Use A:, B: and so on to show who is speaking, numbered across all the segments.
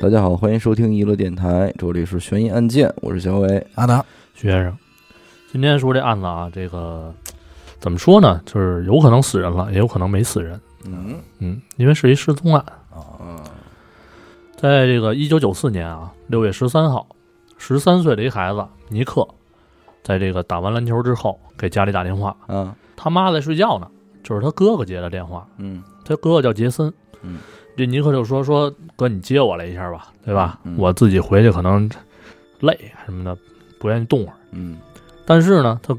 A: 大家好，欢迎收听娱乐电台，这里是悬疑案件，我是小伟。
B: 阿达，
C: 徐先生，今天说这案子啊，这个怎么说呢？就是有可能死人了，也有可能没死人。
A: 嗯
C: 嗯，因为是一失踪案，
A: 啊，
C: 在这个一九九四年啊六月十三号，十三岁的一孩子尼克，在这个打完篮球之后给家里打电话，
A: 啊，
C: 他妈在睡觉呢，就是他哥哥接的电话，
A: 嗯
C: 他哥哥叫杰森。
A: 嗯，
C: 这尼克就说说哥，你接我来一下吧，对吧？
A: 嗯
C: 我自己回去可能累什么的，不愿意动会儿。
A: 嗯
C: 但是呢，他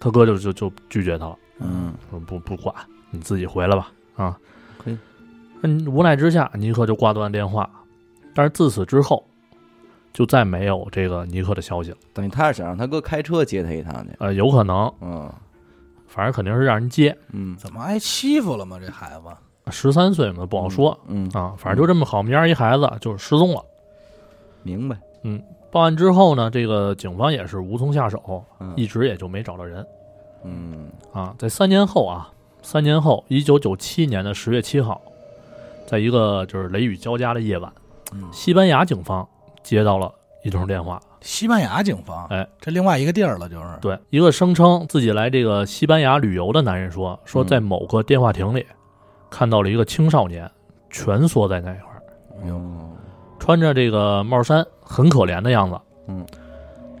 C: 他哥就就就拒绝他了。
A: 嗯
C: 说不不管，你自己回来吧啊。
A: 可以。
C: 嗯，无奈之下，尼克就挂断电话。但是自此之后，就再没有这个尼克的消息了。
A: 等于他是想让他哥开车接他一趟去。
C: 呃，有可能，
A: 嗯
C: 反正肯定是让人接。
A: 嗯
B: 怎么挨欺负了吗？这孩子，
C: 十三岁嘛，不好说、
A: 嗯，
C: 啊。反正就这么好面儿一孩子就失踪了。
A: 明白。
C: 报案之后呢，这个警方也是无从下手，
A: 嗯
C: 一直也就没找到人
A: 嗯
C: 啊。在三年后啊，三年后，一九九七年的十月七号，在一个就是雷雨交加的夜晚，
B: 嗯，
C: 西班牙警方接到了一通电话，
B: 西班牙警方，
C: 哎，
B: 这另外一个地儿了，就是，
C: 对一个声称自己来这个西班牙旅游的男人说，说在某个电话亭里看到了一个青少年蜷缩在那一块儿，
A: 哟，
C: 穿着这个帽衫，很可怜的样子。
A: 嗯，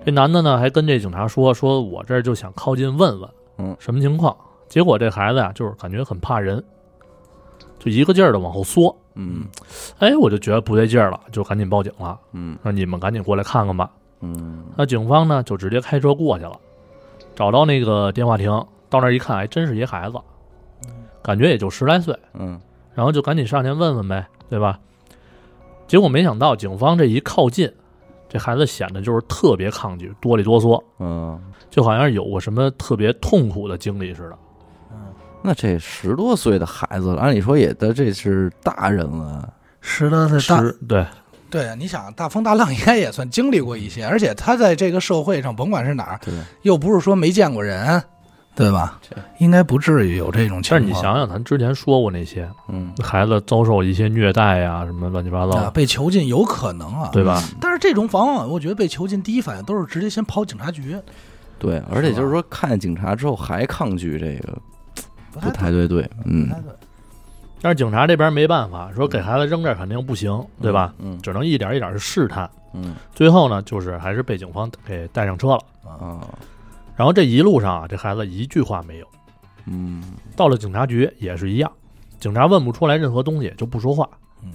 C: 这男的呢还跟这警察说，说我这儿就想靠近问问，
A: 嗯，
C: 什么情况？结果这孩子呀、就是感觉很怕人，就一个劲儿的往后缩。
A: 嗯
C: 哎，我就觉得不对劲儿了，就赶紧报警了，
A: 嗯
C: 让你们赶紧过来看看吧。
A: 嗯
C: 那警方呢就直接开车过去了，找到那个电话亭，到那儿一看，还真是一孩子，感觉也就十来岁，
A: 嗯
C: 然后就赶紧上前问问呗，对吧？结果没想到警方这一靠近，这孩子显得就是特别抗拒，哆里哆嗦，
A: 嗯，
C: 就好像有过什么特别痛苦的经历似的。
B: 嗯，
A: 那这十多岁的孩子了，按理说也得这是大人了。
B: 十多岁大，
C: 是，对，
B: 对，啊你想大风大浪应该也算经历过一些，而且他在这个社会上，甭管是哪儿，
A: 对，
B: 又不是说没见过人，对吧
A: 这？
B: 应该不至于有这种情况。
C: 但是你想想，咱之前说过那些
A: 嗯
C: 孩子遭受一些虐待呀、什么乱七八糟
B: 啊，
C: 的，
B: 被囚禁有可能啊，
C: 对吧？
A: 嗯
B: 但是这种往往我觉得被囚禁第一反应都是直接先跑警察局，
A: 对，而且就是说看见警察之后还抗拒这个，不
B: 不太
A: 太对对。嗯
B: 不，太对。
C: 但是警察这边没办法，说给孩子扔这儿肯定不行，对吧？？
A: 嗯
C: 只能一点一点的试探。
A: 嗯
C: 最后呢，就是还是被警方给带上车了。
A: 啊
C: 然后这一路上啊，这孩子一句话没有。
A: 嗯
C: 到了警察局也是一样，警察问不出来任何东西就不说话。
B: 嗯，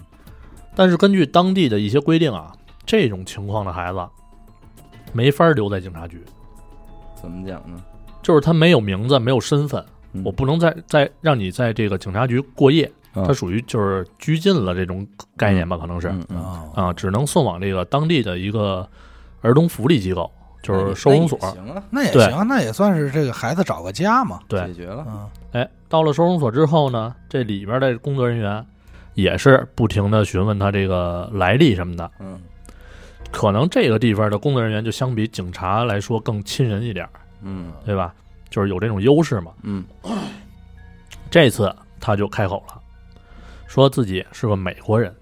C: 但是根据当地的一些规定啊，这种情况的孩子没法留在警察局，
A: 怎么讲呢？
C: 就是他没有名字，没有身份，
A: 嗯
C: 我不能再再让你在这个警察局过夜，
A: 啊
C: 他属于就是拘禁了这种概念吧，可能是。
A: 嗯嗯
B: 啊，
C: 啊，只能送往这个当地的一个儿童福利机构，就
A: 嗯那也
C: 是收容所。
A: 那也行啊，
B: 那也
C: 对
B: 行，那也算是这个孩子找个家嘛。
C: 对
A: 解决了。
B: 嗯，
C: 哎，到了收容所之后呢，这里边的工作人员也是不停的询问他这个来历什么的。
A: 嗯
C: 可能这个地方的工作人员就相比警察来说更亲人一点儿，
A: 嗯
C: 对吧？就是有这种优势嘛。
A: 嗯
C: 这次他就开口了，说自己是个美国人，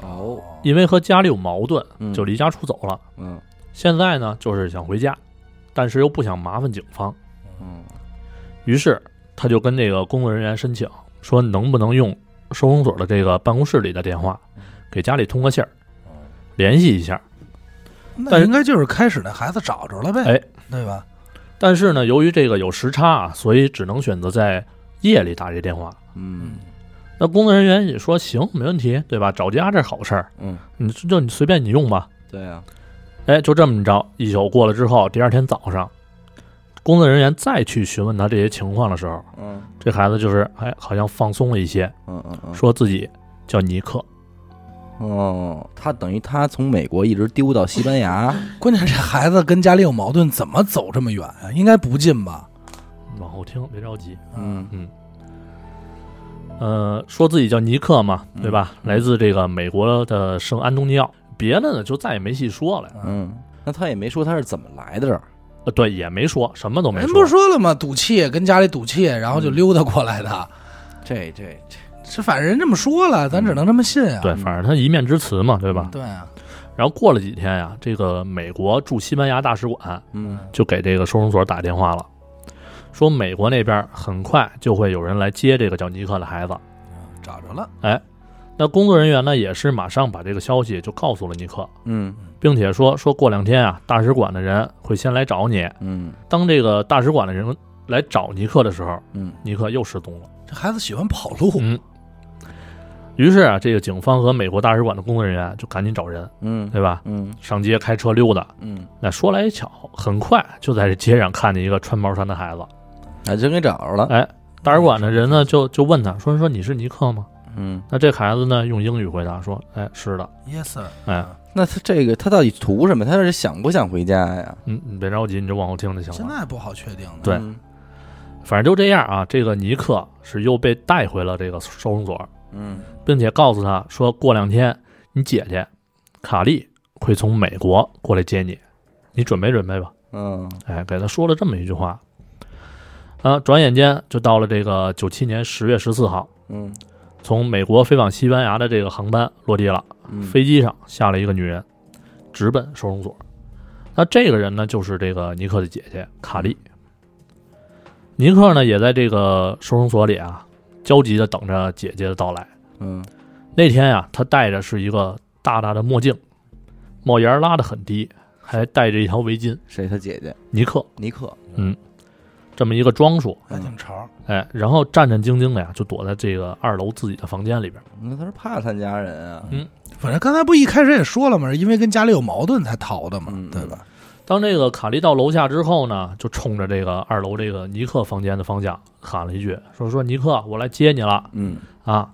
A: 哦，
C: 因为和家里有矛盾，
A: 嗯
C: 就离家出走了。
A: 嗯
C: 现在呢，就是想回家，但是又不想麻烦警方。
A: 嗯
C: 于是他就跟这个工作人员申请说，能不能用收容所的这个办公室里的电话，给家里通个信儿，联系一下。但
B: 那
C: 是
B: 应该就是开始那孩子找着了呗，
C: 哎，
B: 对吧？
C: 但是呢，由于这个有时差啊，所以只能选择在夜里打这电话。
A: 嗯
C: 那工作人员也说行，没问题，对吧？找家这是好事儿，
A: 嗯，
C: 你就你随便你用吧。
A: 对啊，
C: 哎，就这么着，一宿过了之后，第二天早上，工作人员再去询问他这些情况的时候，
A: 嗯
C: 这孩子就是哎，好像放松了一些，
A: 嗯嗯嗯，
C: 说自己叫尼克。
A: 哦，他等于他从美国一直丢到西班牙，
B: 关键这孩子跟家里有矛盾，怎么走这么远啊？应该不近吧？
C: 往后听，别着急。
A: 嗯
C: 呃，说自己叫尼克嘛，
A: 嗯
C: 对吧？来自这个美国的圣安东尼奥。别的呢，就再也没细说了呀。
A: 嗯，那他也没说他是怎么来的这儿，
C: 呃，对，也没说，什么都没
B: 人
C: 说。嗯
B: 不是说了吗？赌气，跟家里赌气，然后就溜达过来的。
A: 这这这
B: 这反正人这么说了，咱只能这么信啊。
A: 嗯
C: 对，反正他一面之词嘛，对吧？
B: 对啊，
C: 然后过了几天呀，这个美国驻西班牙大使馆
A: 嗯
C: 就给这个收容所打电话了，说美国那边很快就会有人来接这个叫尼克的孩子。
B: 找着了，
C: 那工作人员呢，也是马上把这个消息就告诉了尼克，
A: 嗯
C: 并且说说过两天啊，大使馆的人会先来找你。
A: 嗯
C: 当这个大使馆的人来找尼克的时候，
A: 嗯
C: 尼克又失踪了。
B: 这孩子喜欢跑路，
C: 嗯。于是啊，这个警方和美国大使馆的工作人员就赶紧找人，
A: 嗯
C: 对吧？
A: 嗯
C: 上街开车溜达。
A: 嗯，
C: 那说来也巧，很快就在这街上看见一个穿毛衫的孩子。
A: 那真给找着了，
C: 哎，大使馆的人呢，就就问他说：“说你是尼克吗
A: 嗯？”，
C: 那这孩子呢，用英语回答说：“哎，是的。
B: ，yes sir，
C: 哎，
A: 那他这个他到底图什么？他是想不想回家呀？
C: 嗯，你别着急，你就往后听就行
B: 现
C: 了。
B: 在不好确定呢。
C: 啊对
A: 嗯
C: 反正就这样啊，这个尼克是又被带回了这个收容所，
A: 嗯
C: 并且告诉他说：“过两天你姐姐卡莉会从美国过来接你，你准备准备吧。”
A: 嗯
C: 哎，给他说了这么一句话。啊，转眼间就到了这个九七年十月十四号，
A: 嗯
C: 从美国飞往西班牙的这个航班落地了。
A: 嗯，
C: 飞机上下了一个女人，直奔收容所。那这个人呢，就是这个尼克的姐姐卡莉。尼克呢，也在这个收容所里啊，焦急的等着姐姐的到来。
A: 嗯
C: 那天呀、他戴着是一个大大的墨镜，帽檐拉得很低，还戴着一条围巾。
A: 谁他姐姐
C: 尼克
A: 尼克？
C: 这么一个装束，
B: 还挺潮，
C: 哎，然后战战兢兢的呀，就躲在这个二楼自己的房间里边。
A: 那他是怕他家人啊？
B: 反正刚才不一开始也说了嘛，是因为跟家里有矛盾才逃的嘛
A: 嗯，
B: 对吧？
C: 当这个卡莉到楼下之后呢，就冲着这个二楼这个尼克房间的方向喊了一句，说说尼克，我来接你了
A: 嗯
C: 啊。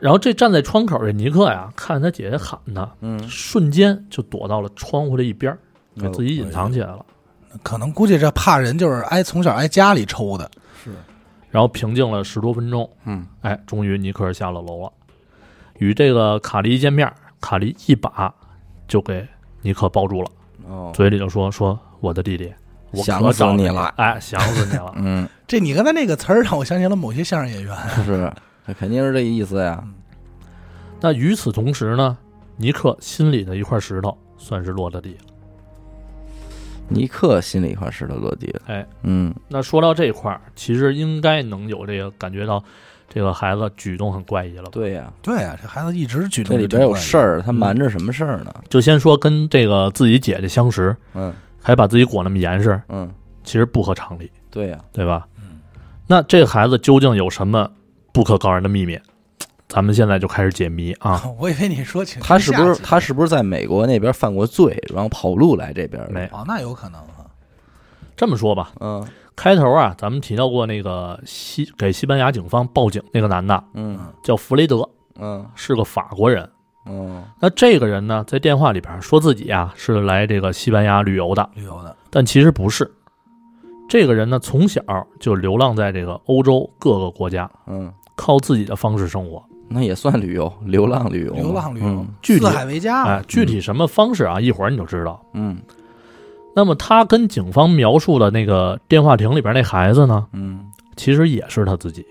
C: 然后这站在窗口这尼克呀，看他姐姐喊他，
A: 嗯，
C: 瞬间就躲到了窗户的一边儿，给自己隐藏起来了。
B: 可能估计这怕人就是挨从小挨家里抽的，
A: 是
C: 然后平静了十多分钟，
A: 嗯
C: 哎，终于尼克下了楼了。与这个卡莉一见面，卡莉一把就给尼克抱住了。
A: 哦，
C: 嘴里就说说我的弟弟，我
A: 想
C: 可
A: 死
C: 找
A: 你
C: 了，
A: 了
C: 哎，想死你 了。
A: 嗯
B: 这你刚才那个词儿让我想起了某些相声演员，
A: 是，这肯定是这意思呀。
C: 那与此同时呢，尼克心里的一块石头算是落了地了。
A: 尼克心里一块石头落地了。
C: 哎，
A: 嗯
C: 那说到这块儿，其实应该能有这个感觉到，这个孩子举动很怪异了吧？
A: 对呀，
B: 对啊，这孩子一直举动
A: 这里边有事
B: 儿，
A: 儿，他瞒着什么事儿呢？
C: 就先说跟这个自己姐姐相识，
A: 嗯
C: 还把自己裹那么严实，
A: 嗯，
C: 其实不合常理，
A: 对呀，
C: 对吧？
B: 嗯
C: 那这孩子究竟有什么不可告人的秘密？咱们现在就开始解谜 啊！
B: 我以为你说请
A: 他是不
B: 下
A: 是
B: 集
A: 他是不是在美国那边犯过罪，然后跑路来这边的？
C: 没
B: 哦，那有可能啊，
C: 这么说吧，
A: 嗯
C: 开头啊，咱们提到过那个西给西班牙警方报警那个男的
A: 嗯
C: 叫弗雷德，
A: 嗯
C: 是个法国人。
A: 嗯
C: 那这个人呢，在电话里边说自己啊是来这个西班牙旅游的，
B: 旅游的
C: 但其实不是。这个人呢，从小就流浪在这个欧洲各个国家，
A: 嗯，
C: 靠自己的方式生活。
A: 那也算旅游，流浪旅游嘛，
B: 流浪旅游
A: 嗯，
C: 具体
B: 四海为家嘛，
C: 哎，具体什么方式啊，一会儿你就知道。
A: 嗯
C: 那么他跟警方描述的那个电话亭里边那孩子呢，
A: 嗯，
C: 其实也是他自己，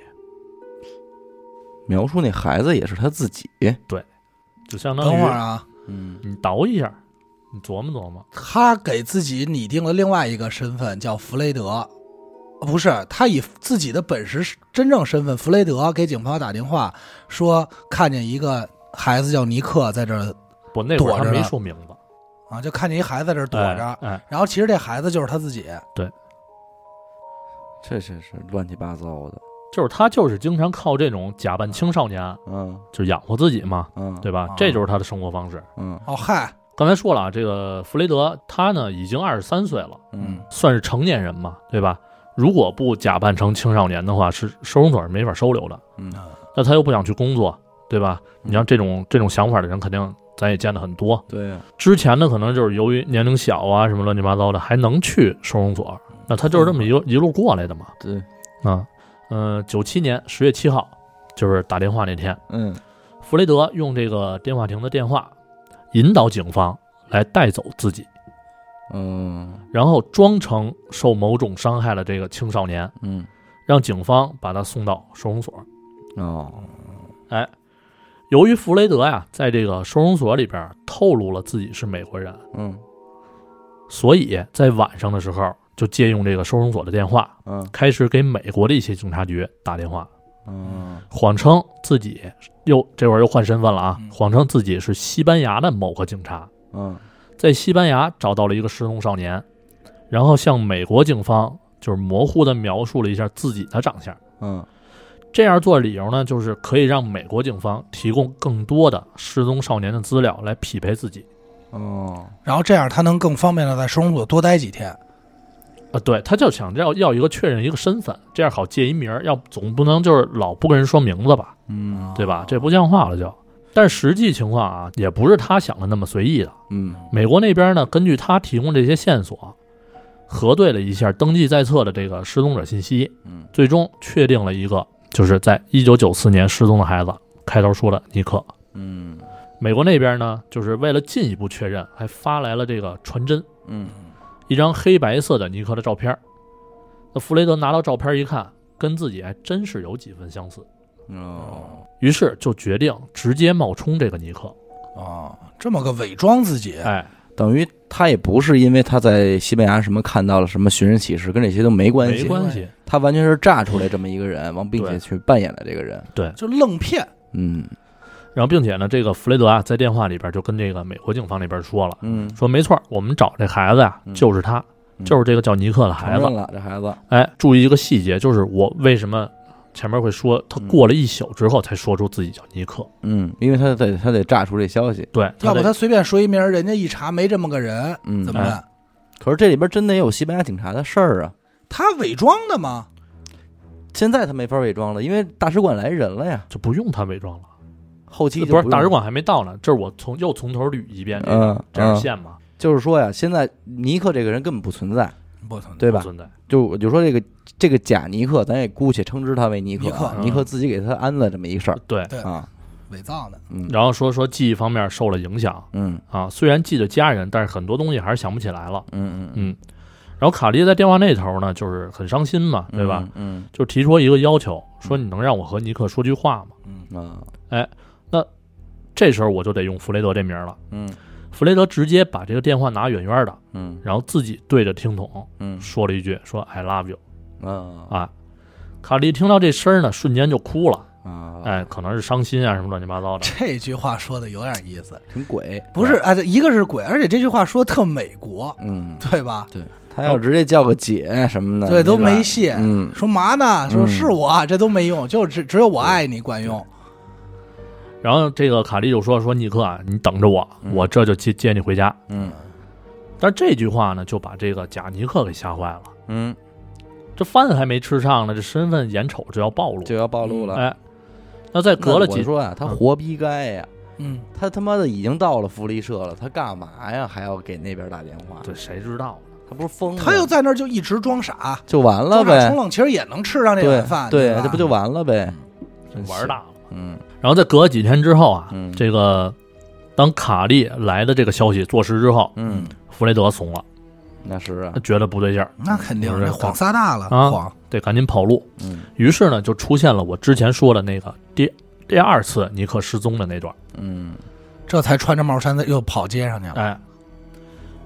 A: 描述那孩子也是他自己。
C: 就相当
B: 等会儿
C: 于
B: 啊，
A: 嗯
C: 你倒一下，你琢磨琢磨。
B: 他给自己拟定了另外一个身份，叫弗雷德，呃不是他以自己的本实真正身份弗雷德给警方打电话说看见一个孩子叫尼克在这儿
C: 不，那会儿
B: 躲
C: 他
B: 着
C: 没
B: 呢
C: 说明白，
B: 啊，就看见一孩子在这儿躲着，
C: 哎，哎
B: 然后其实这孩子就是他自己，
A: 这这是乱七八糟的。
C: 就是他就是经常靠这种假扮青少年
A: 嗯
C: 就养活自己嘛，
A: 嗯，
C: 对吧
B: 啊？
C: 这就是他的生活方式。
A: 嗯
B: 哦嗨，
C: 刚才说了啊，这个弗雷德他呢已经二十三岁了，
A: 嗯
C: 算是成年人嘛，对吧？如果不假扮成青少年的话，是收容所是没法收留的。
A: 嗯
C: 那他又不想去工作，对吧？你像这种这种想法的人，肯定咱也见得很多。
A: 对呀，
C: 之前呢，可能就是由于年龄小啊，什么乱七八糟的，还能去收容所。那他就是这么一路一路过来的嘛。
A: 对，
C: 啊，嗯，九七年十月七号，就是打电话那天，
A: 嗯
C: 弗雷德用这个电话亭的电话引导警方来带走自己，
A: 嗯
C: 然后装成受某种伤害了这个青少年，
A: 嗯
C: 让警方把他送到收容所。
A: 哦，
C: 由于弗雷德呀、在这个收容所里边透露了自己是美国人，
A: 嗯
C: 所以在晚上的时候就借用这个收容所的电话，
A: 嗯
C: 开始给美国的一些警察局打电话，
A: 嗯
C: 谎称自己又这会儿又换身份了啊
B: 嗯，
C: 谎称自己是西班牙的某个警察，
A: 嗯
C: 在西班牙找到了一个失踪少年，然后向美国警方就是模糊的描述了一下自己的长相。
A: 嗯
C: 这样做的理由呢，就是可以让美国警方提供更多的失踪少年的资料来匹配自己。
A: 哦，
B: 然后这样他能更方便的在收容所多待几天。
C: 啊，对，他就想要要一个确认一个身份，这样好借一名儿，要总不能就是老不跟人说名字吧，
A: 嗯
C: 对吧？这不像话了就。但实际情况啊，也不是他想的那么随意的。
A: 嗯
C: 美国那边呢，根据他提供这些线索，核对了一下登记在册的这个失踪者信息，
A: 嗯
C: 最终确定了一个，就是在一九九四年失踪的孩子，开头说的尼克。
A: 嗯
C: 美国那边呢，就是为了进一步确认，还发来了这个传真，
A: 嗯
C: 一张黑白色的尼克的照片儿。那弗雷德拿到照片一看，跟自己还真是有几分相似，
A: 哦，
C: 于是就决定直接冒充这个尼克。
B: 哦，这么个伪装自己，
C: 哎，
A: 等于他也不是因为他在西班牙什么看到了什么寻人启事，跟这些都没关
C: 没
A: 系，
C: 关系。
A: 他完全是炸出来这么一个人，完并且
C: 对
A: 去扮演了这个人，
B: 就愣骗。
A: 嗯
C: 然后，并且呢，这个弗雷德啊，在电话里边就跟这个美国警方那边说了，
A: 嗯，
C: 说没错儿，我们找这孩子呀、
A: 嗯
C: 就是他，
A: 嗯
C: 就是这个叫尼克的
A: 承
C: 孩
A: 认
C: 子。
A: 了这孩子，
C: 哎，注意一个细节，就是我为什么前面会说他
A: 嗯
C: 过了一宿之后才说出自己叫尼克，
A: 嗯，因为他得他得炸出这消息，
C: 对，
B: 要不
C: 得
B: 他随便说一名儿，人家一查没这么个人，
A: 嗯
B: 怎么办？
A: 可是这里边真得有西班牙警察的事儿啊，
B: 他伪装的吗？
A: 现在他没法伪装了，因为大使馆来人了呀，
C: 就不用他伪装了。
A: 后期就
C: 不是
A: 用
C: 大使，馆还没到呢，这是我从又从头捋一遍这
A: 嗯
C: 个这样
A: 嗯
C: 线嘛，
A: 就是说呀，现在尼克这个人根本不存在，
B: 不存在，
A: 对吧
C: 不？存在。
A: 就我就说这个这个假尼克，咱也姑且称之他为尼克啊，
C: 尼克嗯
A: 尼克自己给他安了这么一个事儿
C: 对，
B: 对
A: 啊，
B: 伪造的。
A: 嗯
C: 然后说说记忆方面受了影响
A: 嗯
C: 啊，虽然记得家人，但是很多东西还是想不起来了。
A: 嗯嗯，
C: 嗯，然后卡莉在电话那头呢，就是很伤心嘛，对吧？？
A: 嗯
C: 就提出一个要求，说你能让我和尼克说句话吗？
B: 嗯，
A: 嗯啊
C: 这时候我就得用弗雷德这名了。
A: 嗯
C: 弗雷德直接把这个电话拿远远的，
A: 嗯
C: 然后自己对着听筒
A: 嗯
C: 说了一句：“说 I love you。
A: 啊”
C: 啊，卡莉听到这声儿呢，瞬间就哭了。
A: 啊，
C: 哎，可能是伤心啊，什么乱七八糟的。
B: 这句话说的有点意思，
A: 挺鬼，
B: 不是？哎，这一个是鬼，而且这句话说特美国，
A: 嗯，
B: 对吧？
A: 对他要直接叫个姐什么的，
B: 对，都
A: 你来
B: 没戏。
A: 嗯
B: 说嘛呢？说是我，这都没用，就只只有我爱你管用。
C: 然后这个卡莉就说：“说尼克啊，你等着我，
A: 嗯
C: 我这就接接你回家。
A: 嗯”
C: 但这句话呢，就把这个贾尼克给吓坏了。
A: 嗯，
C: 这饭还没吃上呢，这身份眼瞅就要暴露。
A: 就要暴露了。
C: 哎，那再隔了
A: 那我
C: 几
A: 说啊，他
C: 嗯
A: 活逼该呀。
B: 嗯，
A: 他他妈的已经到了福利社了，他干嘛呀？还要给那边打电话？
C: 这谁知道呢？
A: 他不是疯了？
B: 他又在那儿就一直装傻，
A: 就完了
B: 装傻充
A: 呗，
B: 愣，其实也能吃上这
A: 对
B: 碗饭，
A: 对，
B: 吧
A: 这不就完了呗？真
C: 玩
A: 是
C: 大了。
A: 嗯
C: 然后再隔几天之后啊，
A: 嗯
C: 这个当卡莉来的这个消息坐实之后，
A: 嗯，
C: 弗雷德怂了，
A: 那是啊
C: 他，觉得不对劲儿，
B: 那肯定，
C: 不是
B: 这谎撒大了，
C: 啊
B: 谎。
C: 得赶紧跑路。
A: 嗯
C: 于是呢，就出现了我之前说的那个第第二次尼克失踪的那段。
A: 嗯
B: 这才穿着帽衫子又跑街上去了。
C: 哎，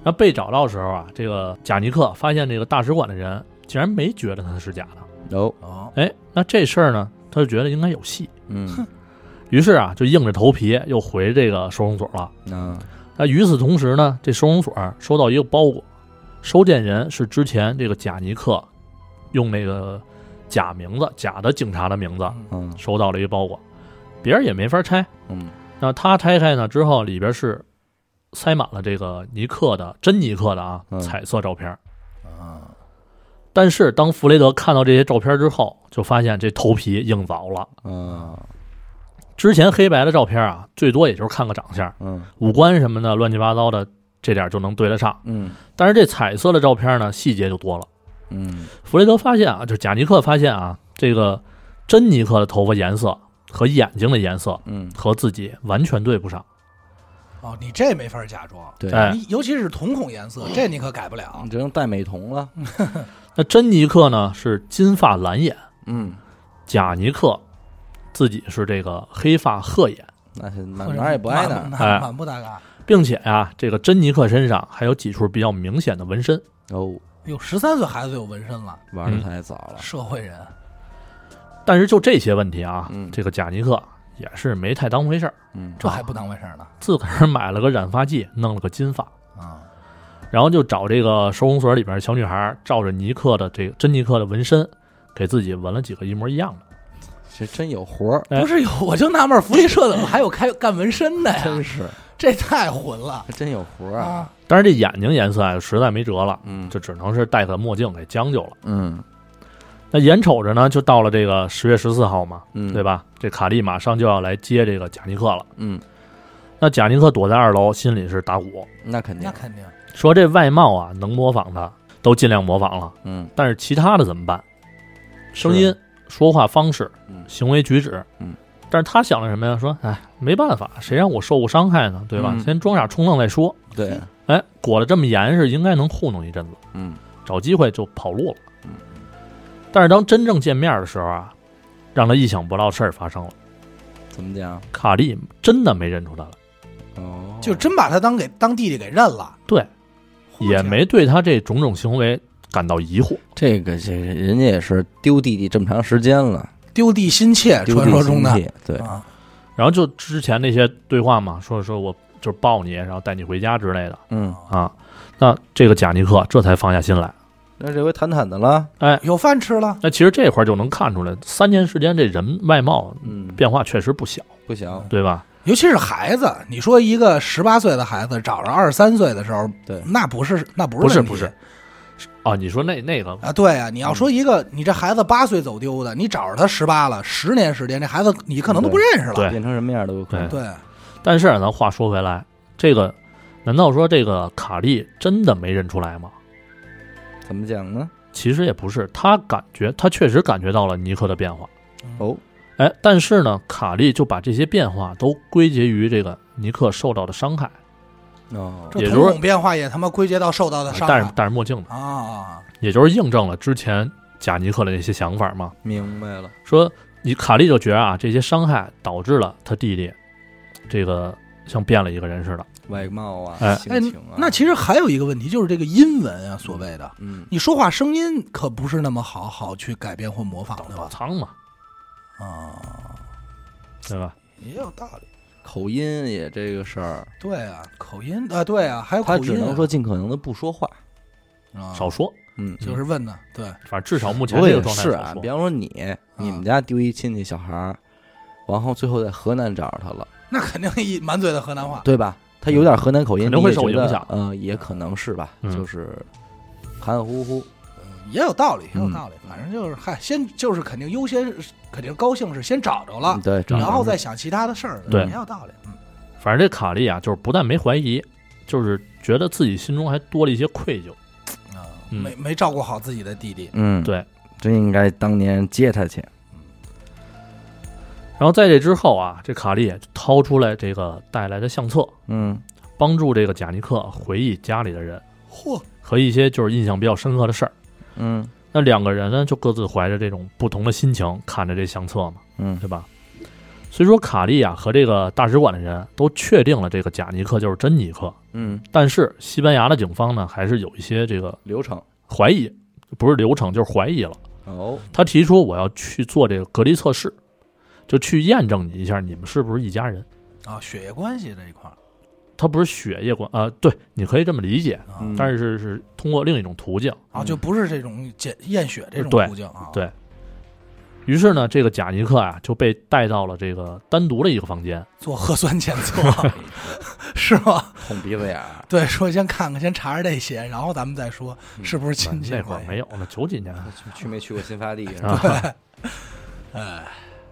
C: 那被找到的时候啊，这个贾尼克发现这个大使馆的人竟然没觉得他是假的。
A: 有
B: 哦，
C: 哎，那这事儿呢，他就觉得应该有戏，
A: 嗯
C: 于是啊，就硬着头皮又回这个收容所了。
A: 啊
C: 那与此同时呢，这收容所啊收到一个包裹，收件人是之前这个贾尼克用那个假名字、假的警察的名字
A: 嗯
C: 收到了一个包裹，别人也没法拆。
A: 嗯
C: 那他拆开呢之后，里边是塞满了这个尼克的真尼克的啊
A: 嗯
C: 彩色照片。
B: 啊，
C: 但是当弗雷德看到这些照片之后，就发现这头皮硬凿了。
A: 啊
C: 之前黑白的照片啊，最多也就是看个长相，
A: 嗯
C: 五官什么的乱七八糟的，这点就能对得上。
A: 嗯
C: 但是这彩色的照片呢，细节就多了。
A: 嗯
C: 弗雷德发现啊，就是贾尼克发现啊，这个真尼克的头发颜色和眼睛的颜色
A: 嗯，
C: 和自己完全对不上。
B: 哦，你这没法假装，
A: 对，
C: 哎嗯
B: 你尤其是瞳孔颜色，这你可改不了
A: 你。嗯只能戴美瞳了。
C: 那真尼克呢是金发蓝眼，
A: 嗯
C: 贾尼克自己是这个黑发鹤眼，
A: 那是哪哪儿也不挨哪儿
B: 满
C: 哎
B: 满不搭嘎。
C: 并且呀、这个珍妮克身上还有几处比较明显的纹身。
A: 哦，
B: 有十三岁孩子有纹身了，
A: 玩的太早了，
B: 社会人
C: 但是就这些问题啊，
A: 嗯
C: 这个贾尼克也是没太当回事儿，
A: 嗯，
C: 啊
B: 这还不当回事儿呢
C: 自个儿买了个染发剂，弄了个金发，
B: 啊！
C: 然后就找这个收容所里边小女孩，照着尼克的这个珍妮克的纹身，给自己纹了几个一模一样的。
A: 这真有活儿，
C: 哎
B: 不是有，我就纳闷儿，福利社怎么还有开干纹身的呀？
A: 是
B: 这太混了
A: 还真有活儿啊，
B: 啊！
C: 但是这眼睛颜色啊，实在没辙了，
A: 嗯
C: 就只能是戴个墨镜给将就了。
A: 嗯
C: 那眼瞅着呢，就到了这个十月十四号嘛，
A: 嗯，
C: 对
A: 吧？
C: 吧？这卡利马上就要来接这个贾尼克了。
A: 嗯，
C: 那贾尼克躲在二楼，心里是打鼓，
A: 那肯定
B: 那，肯定，
C: 说这外貌啊能模仿的都尽量模仿了，
A: 嗯
C: 但是其他的怎么办？声
A: 是
C: 音、说话方式
A: 嗯、
C: 行为举止，
A: 嗯。
C: 但是他想了什么呀？说，哎，没办法，谁让我受过伤害呢？对吧？
A: 嗯
C: 先装傻充愣再说。
A: 对，
C: 哎，裹得这么严实，应该能糊弄一阵子。
A: 嗯
C: 找机会就跑路了
A: 嗯。
C: 但是当真正见面的时候啊，让他意想不到的事儿发生了，
A: 怎么讲？
C: 卡利真的没认出他来，
A: 哦，
B: 就真把他当给当弟弟给认了，
C: 对，
B: 嚯
C: 也没对他这种种行为感到疑惑。
A: 这个，这个人家也是丢弟弟这么长时间了，
B: 丢地心切，
A: 丢弟
B: 传说中的
A: 亲戚，对，
B: 啊，
C: 然后就之前那些对话嘛，说说我就是抱你，然后带你回家之类的
A: 嗯，
C: 啊。那这个贾尼克这才放下心来。
A: 那这回坦坦的了，
B: 有饭吃了，
C: 那其实这块儿就能看出来，三年时间这人外貌
A: 嗯，
C: 变化确实不小，
A: 不行，
C: 对吧？
B: 尤其是孩子，你说一个十八岁的孩子找着二十三岁的时候，
A: 对
B: 那不是那不是
C: 不是
B: 问题
C: 不是啊，你说那那个
B: 啊，对啊，你要说一个你这孩子八岁走丢的，你找着他十八了，十年时间，这孩子你可能都不认识了。
C: 对
A: 变成什么样都有可能，
C: 对
B: 对
C: 但是咱话说回来，这个难道说这个卡利真的没认出来吗？
A: 怎么讲呢？
C: 其实也不是，他感觉他确实感觉到了尼克的变化，
B: 嗯
A: 哦，
C: 哎，但是呢，卡利就把这些变化都归结于这个尼克受到的伤害，
A: 哦，
B: 这
C: 也就是
B: 瞳孔变化也他妈归结到受到的伤害
C: 戴着戴着墨镜的，
B: 啊啊！
C: 也就是印证了之前贾尼克的那些想法嘛，
A: 明白了，
C: 说你卡利就觉得啊，这些伤害导致了他弟弟这个像变了一个人似的，
A: 外貌啊，
C: 哎
A: 性
B: 哎
A: 情啊，，
B: 那其实还有一个问题，就是这个音文啊，所谓的
A: 嗯，
B: 你说话声音可不是那么好好去改变或模仿的
C: 倒
B: 吧？
C: 仓嘛，
B: 啊，
C: 对吧？
B: 也有道理。
A: 口音也这个事儿，
B: 对啊，口音啊，对啊，还有口
A: 他
B: 音啊、
A: 只能说尽可能的不说话，
B: 啊
C: 少说，
A: 嗯，
B: 就是问呢，对，
C: 反正至少目前
A: 我
C: 这个
A: 也
C: 状态
A: 是
C: 少
A: 啊，
C: 说
A: 比方说你，你们家丢一亲戚小孩儿，然后最后在河南找着他了，
B: 那肯定一满嘴的河南话。
A: 对吧？他有点河南口音，
C: 嗯肯定会
A: 你也觉得
C: 受影响
A: 呃，也可能是吧，
C: 嗯
A: 就是含含糊糊，
B: 也有道理，也有
A: 嗯
B: 道理。反正就是，嗨，先就是肯定优先，肯定高兴是先找着了
A: 嗯，对，
C: 嗯
A: 找着
B: 然后
A: 了
B: 再想其他的事儿。
C: 对
B: 也有道理。嗯，
C: 反正这卡利啊，就是不但没怀疑，就是觉得自己心中还多了一些愧疚。
B: 啊，
C: 嗯
B: 没没照顾好自己的弟弟，
A: 嗯，
C: 对，
A: 真应该当年接他去，
C: 然后在这之后啊，这卡利掏出来这个带来的相册，
A: 嗯，
C: 帮助这个贾尼克回忆家里的人
B: 嚯，
C: 和一些就是印象比较深刻的事儿。
A: 嗯
C: 那两个人呢，就各自怀着这种不同的心情看着这相册嘛，
A: 嗯
C: 对吧？虽说卡利啊和这个大使馆的人都确定了这个贾尼克就是真尼克，
A: 嗯，
C: 但是西班牙的警方呢，还是有一些这个
A: 流程
C: 怀疑，不是流程就是怀疑了。
A: 哦，
C: 他提出我要去做这个隔离测试，就去验证你一下，你们是不是一家人？
B: 啊，血液关系这一块儿，
C: 他不是血液关啊、对，你可以这么理解，
B: 啊
A: 嗯
C: 但是是通过另一种途径。
B: 啊，就不是这种检验血这种
C: 对
B: 途径啊。
C: 对于是呢，这个贾尼克啊就被带到了这个单独的一个房间，
B: 做核酸检测啊 是吗？
A: 捅鼻子眼儿，
B: 对，说先看看，先查查这些，然后咱们再说
A: 嗯
B: 是不是亲戚
C: 那会儿
B: 关系
C: 没有呢，九几年
A: 去去没去过新发地是吧？
C: 啊，
B: 哎，嗯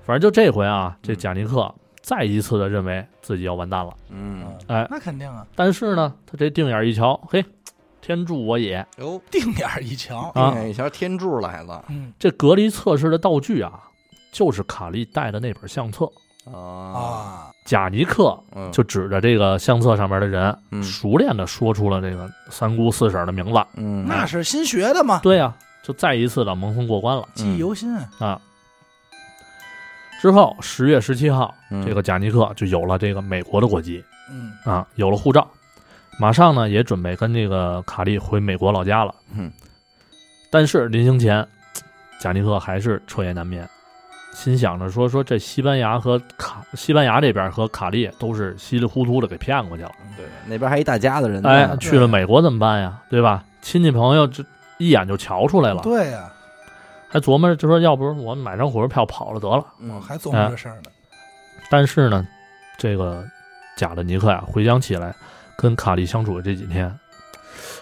C: 反正就这回啊，这贾尼克再一次的认为自己要完蛋了。
A: 嗯，
C: 哎
B: 那肯定啊，
C: 但是呢，他这定眼一瞧，嘿，天助我也！
A: 哟，
B: 定点儿一瞧，
C: 啊
A: 哎一瞧天柱来了
B: 嗯
C: 这隔离测试的道具啊，就是卡利带的那本相册。
A: 啊，
B: 啊，
C: 贾尼克
A: 嗯，
C: 就指着这个相册上面的人，
A: 嗯
C: 熟练的说出了这个三姑四婶的名 字。啊
A: 嗯，
B: 那是新学的
A: 嗯
B: 嘛，
C: 嗯
B: 啊
C: 对呀、就再一次的蒙混过关了
B: 记忆犹新。
C: 啊！之后，十月十七号，
A: 嗯
C: 这个贾尼克就有了这个美国的国籍
B: 嗯
C: 啊，有了护照，马上呢也准备跟这个卡利回美国老家了。
A: 嗯，
C: 但是临行前，贾尼克还是彻夜难眠，心想着说说这西班牙和卡西班牙这边和卡利都是稀里糊涂的给骗过去了，
A: 对，那边还一大家子人呢，
C: 哎，去了美国怎么办呀？对吧？亲戚朋友这一眼就瞧出来了，
B: 对啊呀、
C: 还琢磨着就说要不我买张火车票跑了得了。
B: 我
A: 嗯，
B: 还琢磨这事儿呢。
C: 但是呢，这个贾的尼克呀、回想起来跟卡利相处的这几天，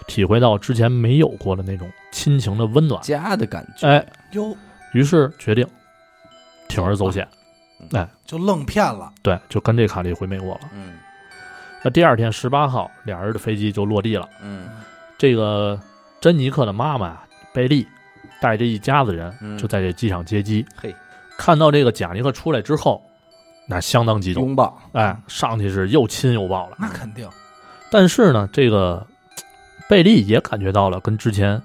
C: 体会到之前没有过的那种亲情的温暖，
A: 家的感觉，
C: 哎，
B: 哟，
C: 于是决定铤而走险，
A: 啊
C: 哎
B: 就愣骗了。
C: 对，就跟这卡利回美国了。
A: 嗯
C: 那第二天十八号，俩人的飞机就落地了。
A: 嗯
C: 这个珍妮克的妈妈呀、贝利，带着一家子人
A: 嗯
C: 就在这机场接机。
A: 嘿，
C: 看到这个贾尼克出来之后，那相当激动，
A: 拥抱，
C: 哎，上去是又亲又抱了。
B: 那肯定，
C: 但是呢，这个嘖贝利也感觉到了跟之前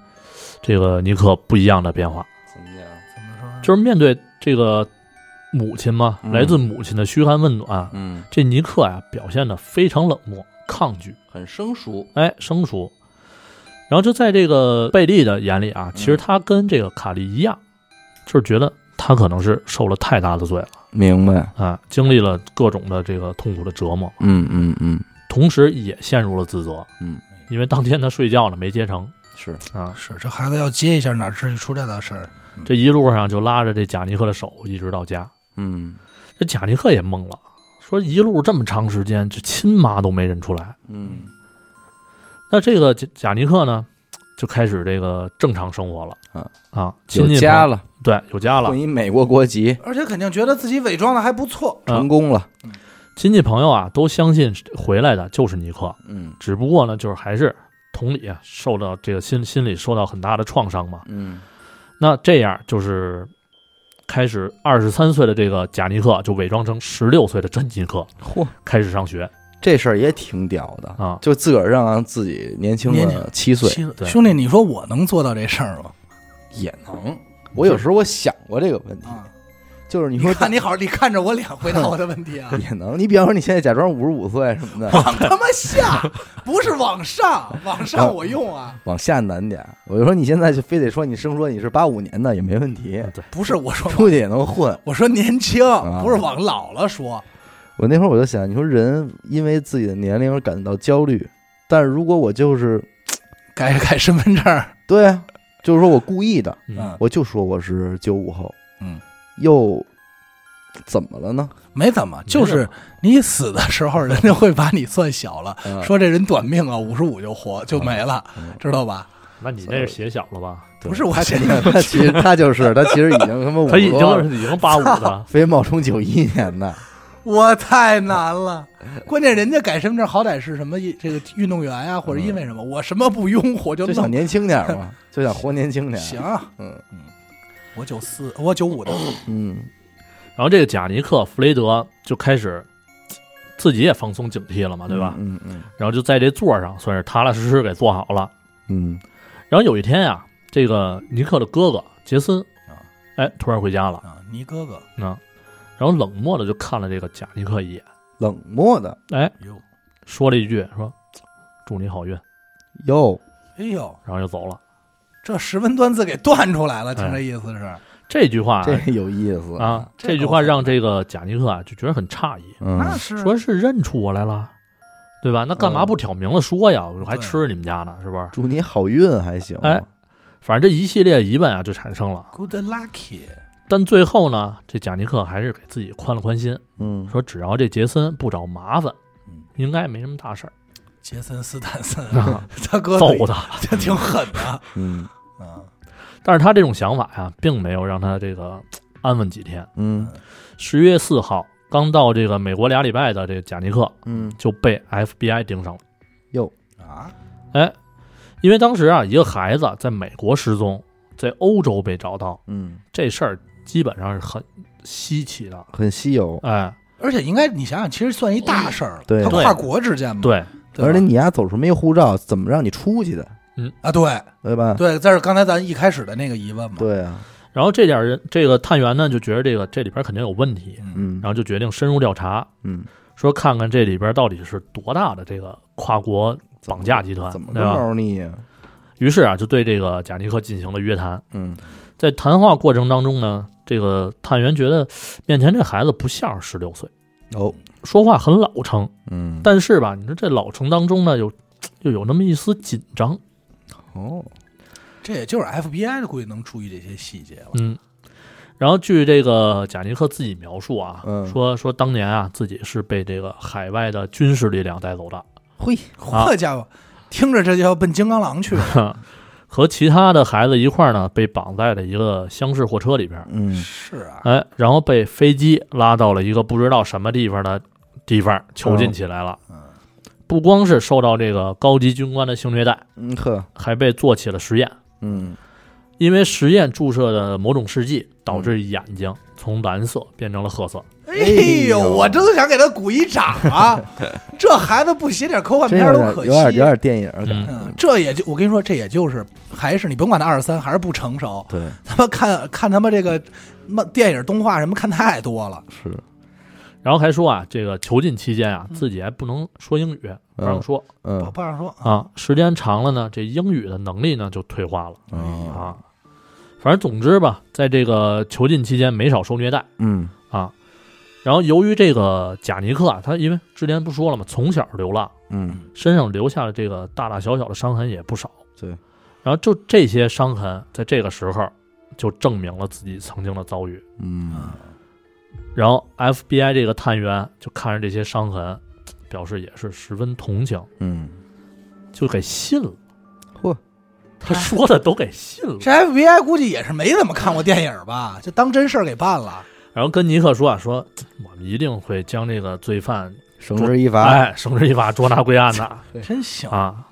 C: 这个尼克不一样的变化，
A: 怎么讲？
B: 怎么说呢？
C: 就是面对这个母亲嘛，
A: 嗯
C: 来自母亲的嘘寒问暖，啊
A: 嗯，
C: 这尼克呀、表现的非常冷漠、抗拒，
A: 很生疏，
C: 哎，生疏。然后就在这个贝利的眼里啊，
A: 嗯
C: 其实他跟这个卡利一样，就是觉得他可能是受了太大的罪了
A: 明白？
C: 啊，经历了各种的这个痛苦的折磨，
A: 嗯嗯嗯，
C: 同时也陷入了自责。
A: 嗯，
C: 因为当天他睡觉呢，没接成
A: 是，
C: 啊，
B: 是这孩子要接一下，哪至于出这道事儿？
C: 这一路上就拉着这贾尼克的手一直到家。
A: 嗯
C: 这贾尼克也懵了，说一路这么长时间，这亲妈都没认出来。
A: 嗯，
C: 那这个贾贾尼克呢，就开始这个正常生活了。
A: 啊
C: 啊，亲
A: 有
C: 戚
A: 家
C: 朋
A: 了，嗯
C: 友对有家了
A: 混，一美国国籍，
B: 而且肯定觉得自己伪装的还不错。
C: 啊
A: 成功了，
C: 亲戚朋友啊都相信回来的就是尼克，
A: 嗯
C: 只不过呢，就是还是同理啊，受到这个心心理受到很大的创伤嘛。
A: 嗯
C: 那这样就是开始二十三岁的这个贾尼克就伪装成十六岁的真尼克
A: 嚯，
C: 开始上学
A: 这事儿也挺屌的，
C: 啊。
A: 就自个儿让自己年轻
B: 年轻
A: 了七岁
B: 亲
C: 对
B: 兄弟，你说我能做到这事儿吗？
A: 也能。我有时候我想过这个问题，
B: 啊，
A: 就是你
B: 你
A: 说
B: 看你好，你看着我脸回答我的问题啊
A: ，也能，你比方说你现在假装五十五岁什么的，
B: 往他妈下，不是往上，往上我用啊，
A: 往下难点儿。我就说你现在就非得说你生说你是八五年的也没问题，
C: 嗯
B: 不是我说
A: 出去也能混。
B: 我说年轻
A: 啊，
B: 不是往老了说，
A: 我那会儿我就想，你说人因为自己的年龄而感到焦虑，但是如果我就是
B: 改改身份证儿，
A: 对啊，就是说我故意的，
C: 嗯
B: 嗯，
A: 我就说我是九五后，
B: 嗯，
A: 又怎么了呢？
B: 没怎么，就
C: 没
B: 是
C: 怎
B: 你死的时候，人家会把你算小了，
A: 嗯
B: 说这人短命啊，五十五就活就没了
A: 嗯，
B: 知道吧？
C: 那你这是写小了吧？
A: 对
B: 不是我
A: 他
B: 写
A: 肯定， 他其实他就是他其实已经他妈
C: 他已
A: 50多了
C: 经已经八 五的，
A: 非冒充九一年的，
B: 我太难了，关键人家改身份证好歹是什么一这个运动员呀、或者因为什么，我什么不拥护，我就
A: 嗯就想
B: 弄
A: 年轻点儿嘛，就想活年轻点儿。
B: 行，，
A: 嗯
B: 我九四，我九五的，
A: 嗯
C: 然后这个贾尼克弗雷德就开始自己也放松警惕了嘛，对吧？
A: 嗯嗯
C: 然后就在这座上算是踏踏实实给坐好了。
A: 嗯
C: 然后有一天呀、这个尼克的哥哥杰森
B: 啊，
C: 哎，突然回家了，
B: 啊，你哥哥
C: 嗯，然后冷漠的就看了这个贾尼克一眼，
A: 冷漠的
C: 哎，
B: 哟，
C: 说了一句说祝你好运，
A: 哟，
B: 哎呦，
C: 然后就走了。
B: 这识文断字给断出来了，听
A: 哎
B: 这意思是，
C: 这句话
A: 这有意思
C: 啊，
B: 这个
C: 这句话让这个贾尼克啊就觉得很诧异，
A: 嗯，
B: 是
C: 说是认出我来了，对吧？那干嘛
A: 嗯
C: 不挑明了说呀？我还
B: 对
C: 吃你们家呢，是不是？
A: 祝你好运还行。
C: 哎，反正这一系列疑问啊就产生了。
B: good lucky，
C: 但最后呢，这贾尼克还是给自己宽了宽心，
A: 嗯，
C: 说只要这杰森不找麻烦
B: 嗯，
C: 应该没什么大事儿。
B: 杰森斯坦森，
C: 啊
B: 他哥
C: 揍他！
B: 他挺狠的，
A: 嗯
B: 嗯，
C: 但是他这种想法呀、并没有让他这个嘖安稳几天。
A: 嗯
C: 十月四号，刚到这个美国俩礼拜的这个贾尼克
A: 嗯，
C: 就被 FBI 盯上了。
A: 哟，
B: 啊，
C: 哎，因为当时啊，一个孩子在美国失踪，在欧洲被找到，
A: 嗯，
C: 这事儿基本上是很稀奇的。
A: 很稀有，
C: 哎，
B: 而且应该你想想，其实算一大事儿了，
A: 嗯对
B: 他跨国之间嘛，
C: 对，
B: 对吧，
A: 而且你丫走出没护照，怎么让你出去的？
B: 啊，对
A: 对吧？
B: 对，这是刚才咱一开始的那个疑问嘛，
A: 对啊，
C: 然后这点人，这个探员呢就觉得这个这里边肯定有问题，
A: 嗯
C: 然后就决定深入调查，
A: 嗯，
C: 说看看这里边到底是多大的这个跨国绑架集团
A: 怎，么个
C: 对吧？
A: 猫腻呀？
C: 于是啊，就对这个贾尼克进行了约谈。
A: 嗯
C: 在谈话过程当中呢，这个探员觉得面前这孩子不像十六岁，
A: 哦
C: 说话很老成，
A: 嗯，
C: 但是吧，你说这老成当中呢，有又有那么一丝紧张。
A: 哦
B: 这也就是 FBI 的估计能注意这些细节了。
C: 嗯，然后据这个贾尼克自己描述啊，
A: 嗯
C: 说说当年啊自己是被这个海外的军事力量带走的，
A: 嘿，
B: 好家伙，听着这就要奔金刚狼去了。
C: 和其他的孩子一块儿呢被绑在了一个厢式货车里边，
A: 嗯
B: 是啊，
C: 哎，然后被飞机拉到了一个不知道什么地方的地方囚禁起来了。不光是受到这个高级军官的性虐待，
A: 嗯呵，
C: 还被做起了实验。
A: 嗯
C: 因为实验注射的某种试剂，导致眼睛从蓝色变成了褐色。
B: 哎
A: 哎呦
B: 呦，我真的想给他鼓一掌 啊！这孩子不写点科幻
A: 这
B: 片
A: 有
B: 儿都
A: 点
B: 可
A: 有
B: 惜。
A: 点有点电影感，
C: 嗯，
B: 嗯，这也就我跟你说，这也就是还是你甭管他二十三，还是不成熟。
A: 对，
B: 他妈看看他妈这个漫电影动画什么看太多了，
A: 是
C: 然后还说啊，这个囚禁期间啊，自己还不能说英语，不让说
B: 我
A: 嗯
B: 不让说。
C: 啊。时间长了呢，这英语的能力呢就退化了
A: 哦
C: 啊。反正总之吧，在这个囚禁期间没少受虐待
A: 嗯
C: 啊。然后由于这个贾尼克啊，他因为之前不说了嘛，从小流浪，
A: 嗯
C: 身上留下的这个大大小小的伤痕也不少。
A: 对，
C: 然后就这些伤痕，在这个时候就证明了自己曾经的遭遇。
A: 嗯
C: 啊然后 FBI 这个探员就看着这些伤痕，表示也是十分同情，
A: 嗯，
C: 就给信了。
A: 嚯，
C: 他说的都给信了。
B: 这 FBI 估计也是没怎么看过电影吧，就当真事儿给办了。
C: 然后跟尼克说啊，说我们一定会将这个罪犯，
A: 绳之以法，
C: 哎，绳之以法，捉拿归案的
B: 真行，
C: 啊。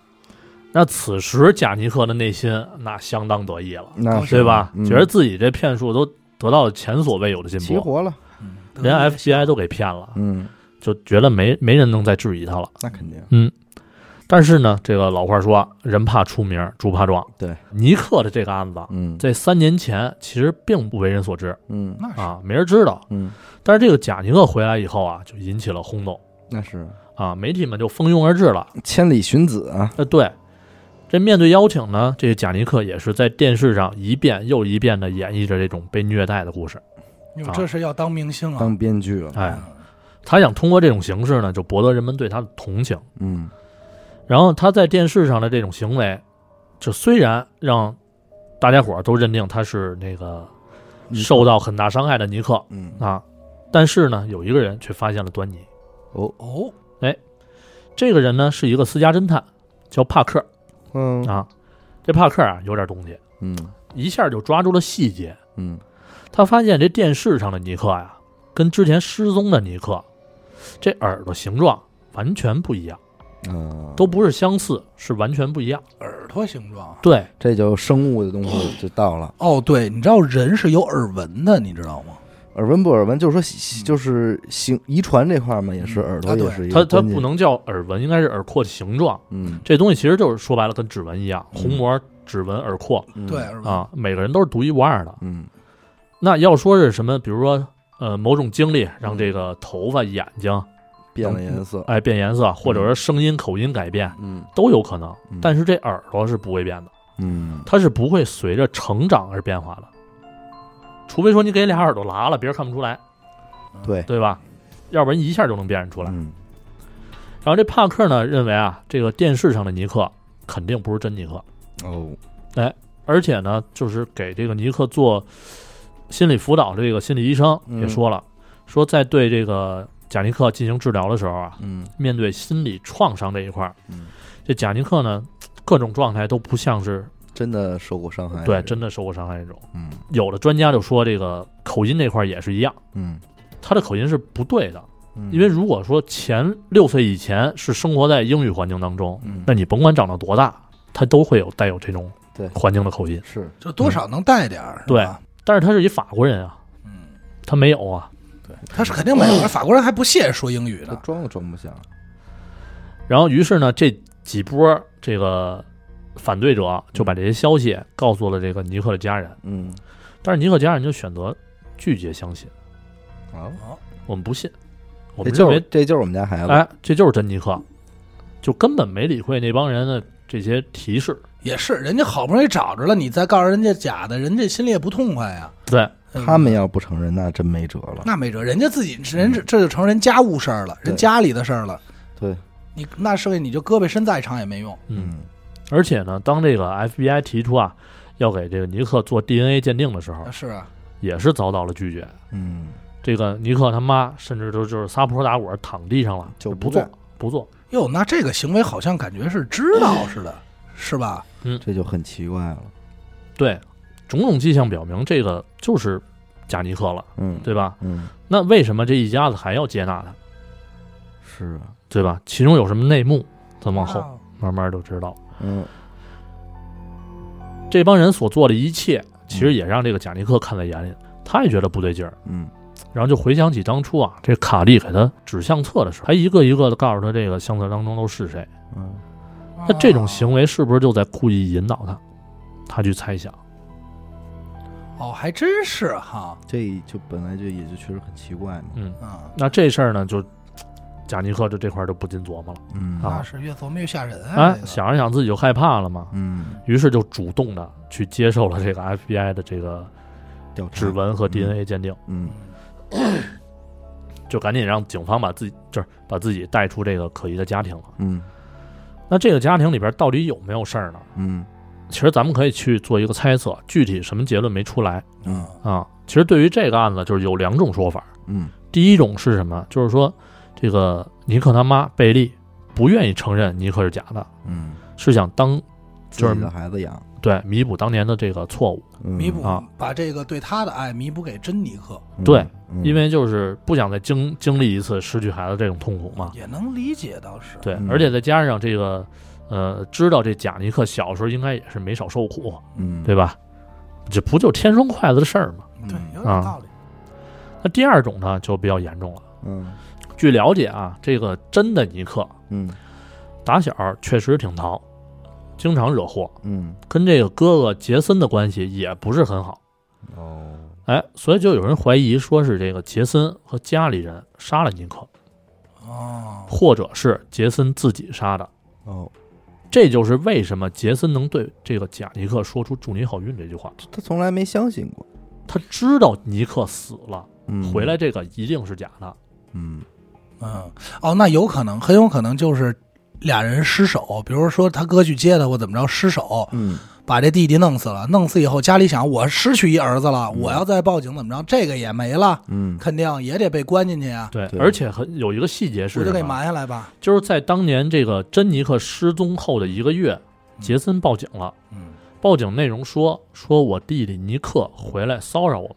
C: 那此时贾尼克的内心那相当得意了，
A: 那是
C: 对吧？
A: 嗯
C: 觉得自己这骗术都得到了前所未有的进
A: 齐
C: 步，
A: 活了，
B: 嗯
C: 连 FBI 都给骗了，
A: 嗯，
C: 就觉得没没人能再质疑他了。
A: 那肯定，
C: 但是呢，这个老话说啊，人怕出名，猪怕壮。
A: 对，
C: 尼克的这个案子，啊
A: 嗯
C: 在三年前其实并不为人所知
A: 嗯
B: 那是
C: 啊， 没人知道。
A: 嗯，
C: 但是这个贾尼克回来以后啊，就引起了轰动
A: 那是
C: 啊，媒体们就蜂拥而至了。
A: 千里寻子啊，
C: 呃，对，这面对邀请呢，这个贾尼克也是在电视上一遍又一遍的演绎着这种被虐待的故事。
B: 哟这是要当明星啊！
A: 当编剧了，
C: 哎，他想通过这种形式呢，就博得人们对他的同情。
A: 嗯
C: 然后他在电视上的这种行为，这虽然让大家伙儿都认定他是那个受到很大伤害的尼克
A: 嗯
C: 啊，但是呢，有一个人却发现了端倪。
A: 哦
B: 哦，
C: 这个人呢是一个私家侦探，叫帕克
A: 嗯
C: 啊。这帕克啊有点东西，
A: 嗯
C: 一下就抓住了细节。
A: 嗯
C: 他发现这电视上的尼克呀，跟之前失踪的尼克，这耳朵形状完全不一样，
A: 啊，
C: 都不是相似，是完全不一样。
B: 耳朵形状。
C: 对，
A: 这就生物的东西就到了。
B: 哦，对，你知道人是有耳闻的，你知道吗？
A: 耳闻不耳闻，就是说，就是行遗传这块儿嘛，也是
B: 嗯
A: 耳
B: 啊
A: 朵
B: 对
A: 也是一
C: 它
A: 个
C: 它
A: 关键
C: 不，能叫耳纹，应该是耳廓的形状。
A: 嗯，
C: 这东西其实就是说白了跟指纹一样，
A: 嗯
C: 虹膜、指纹、耳廓
A: 嗯
B: 对，，耳闻。
C: 啊，每个人都是独一无二的。
A: 嗯
C: 那要说是什么，比如说呃某种经历
A: 嗯
C: 让这个头发、眼睛
A: 变了颜色，
C: 哎变颜色，或者说声音、口音改变
A: 嗯
C: 都有可能
A: 嗯，
C: 但是这耳朵是不会变的，
A: 嗯，
C: 它是不会随着成长而变化的，除非说你给俩耳朵拉了，别人看不出来，
B: 嗯
A: 对，
C: 对吧？要不然一下就能辨认出来。
A: 嗯
C: 然后这帕克呢认为啊，这个电视上的尼克肯定不是真尼克，
A: 哦，
C: 而且呢，就是给这个尼克做心理辅导的这个心理医生
A: 嗯
C: 也说了，说在对这个贾尼克进行治疗的时候啊，
A: 嗯
C: 面对心理创伤这一块儿，
A: 嗯，
C: 这贾尼克呢各种状态都不像是
A: 真的受过伤害，
C: 对真，的受过伤害那种。
A: 嗯
C: 有的专家就说这个口音这块儿也是一样，
A: 嗯，
C: 他的口音是不对的，
A: 嗯
C: 因为如果说前六岁以前是生活在英语环境当中，
A: 嗯
C: 那你甭管长到多大，他都会有带有这种
A: 对
C: 环境的口音。
A: 是
B: 就多少能带点儿。是
C: 嗯对
B: 吧，
C: 但是他是一法国人啊，
B: 嗯，
C: 他没有啊。
B: 他是肯定没 有，法国人还不屑说英语
A: 他
B: 呢。
A: 装都装不像，
C: 然后，于是呢，这几波啊这个反对者就把这些消息告诉了这个尼克的家人。
A: 嗯
C: 但是尼克家人就选择拒绝相信，
A: 哦，
B: 哦，
C: 我们不信，我
A: 这
C: 们认
A: 就是
C: 为
A: 这就是我们家孩子，
C: 哎，这就是真尼克，就根本没理会那帮人的这些提示。
B: 也是，人家好不容易找着了，你再告诉人家假的，人家心里也不痛快呀。
C: 对，
B: 嗯
A: 他们要不承认，那真没辙了。
B: 那没辙，人家自己人
C: 嗯
B: 这这就成人家务事儿了，
A: 对
B: 人家里的事儿了。
A: 对，
B: 你那剩下你就胳膊伸再长也没用。
C: 嗯，
A: 嗯，
C: 而且呢，当这个 FBI 提出啊要给这个尼克做 DNA 鉴定的
A: 哦
C: 时候，
B: 是啊，
C: 也是遭到了拒绝。
A: 嗯，
C: 这个尼克他妈甚至都就是撒泼打滚躺地上了，
A: 就不
C: 不
A: 干
C: 做不做。
B: 哟，那这个行为好像感觉是知道似的，是吧？
A: 这就很奇怪了。
C: 对，种种迹象表明这个就是贾尼克了，
A: 嗯，，
C: 对吧？
A: 嗯，
C: 那为什么这一家子还要接纳他，
A: 是啊，
C: 对吧？其中有什么内幕？咱往后
B: 啊
C: 慢慢就知道。
A: 嗯，
C: 这帮人所做的一切，其实也让这个贾尼克看在眼里，他也觉得不对劲儿，
A: 嗯，
C: 然后就回想起当初啊，这卡利给他指相册的时候，还一个一个的告诉他这个相册当中都是谁。
A: 嗯，
B: 啊
C: 那这种行为是不是就在故意引导他，他去猜想？
B: 哦，还真是哈，
A: 这就本来就也就确实很奇怪嘛。
C: 嗯，
B: 嗯，
C: 那这事儿呢，就贾尼克就这块儿就不禁琢磨了。
A: 嗯
B: 那
C: 啊
B: 是越琢磨越吓人啊
C: 哎，
B: 这个
C: 想着想自己就害怕了嘛，
A: 嗯，
C: 于是就主动的去接受了这个 FBI 的这个
A: 调查
C: 指纹和
A: 嗯
C: DNA 鉴定，
A: 嗯
C: 就赶紧让警方把自己就是把自己带出这个可疑的家庭了。
A: 嗯
C: 那这个家庭里边到底有没有事儿呢？
A: 嗯
C: 其实咱们可以去做一个猜测，具体什么结论没出来
A: 嗯
C: 啊。其实对于这个案子，就是有两种说法。
A: 嗯
C: 第一种是什么？就是说这个尼克他妈贝利不愿意承认尼克是假的，
A: 嗯，
C: 是想当就
A: 自
C: 是
A: 己的孩子养，
C: 对弥补当年的这个错误。
A: 嗯
B: 弥补
C: 啊
B: 把这个对他的爱弥补给珍妮克，
C: 对，
A: 嗯
C: 因为就是不想再经经历一次失去孩子这种痛苦嘛。
B: 也能理解倒是。
C: 啊对，
A: 嗯
C: 而且再加上这个，呃，知道这贾尼克小时候应该也是没少受苦，
A: 嗯
C: 对吧？这不就天生筷子的事儿吗？
B: 对，有
A: 嗯
B: 点道理。
C: 那第二种呢，就比较严重了。
A: 嗯
C: 据了解啊，这个真的尼克
A: 嗯
C: 打小确实挺淘，经常惹祸，
A: 嗯
C: 跟这个哥哥杰森的关系也不是很好。
A: 哦
C: 哎，所以就有人怀疑说是这个杰森和家里人杀了尼克，
B: 哦，
C: 或者是杰森自己杀的。
A: 哦，
C: 这就是为什么杰森能对这个贾尼克说出“祝你好运”这句话。
A: 他从来没相信过，
C: 他知道尼克死了，
A: 嗯，
C: 回来，这个一定是假的。
A: 嗯
B: 嗯，哦，那有可能，很有可能就是俩人失手，比如说他哥去接他或怎么着失手，
A: 嗯
B: 把这弟弟弄死了。弄死以后，家里想我失去一儿子了，
A: 嗯
B: 我要再报警怎么着，这个也没了，
A: 嗯
B: 肯定也得被关进去呀、
C: 对
A: 对
C: 而且很有一个细节
B: 我
C: 是啊
B: 就给
C: 什么？
B: 埋下来吧。
C: 就是在当年这个珍妮克失踪后的一个月，杰森报警了。
B: 嗯，
C: 报警内容说：“说我弟弟尼克回来骚扰我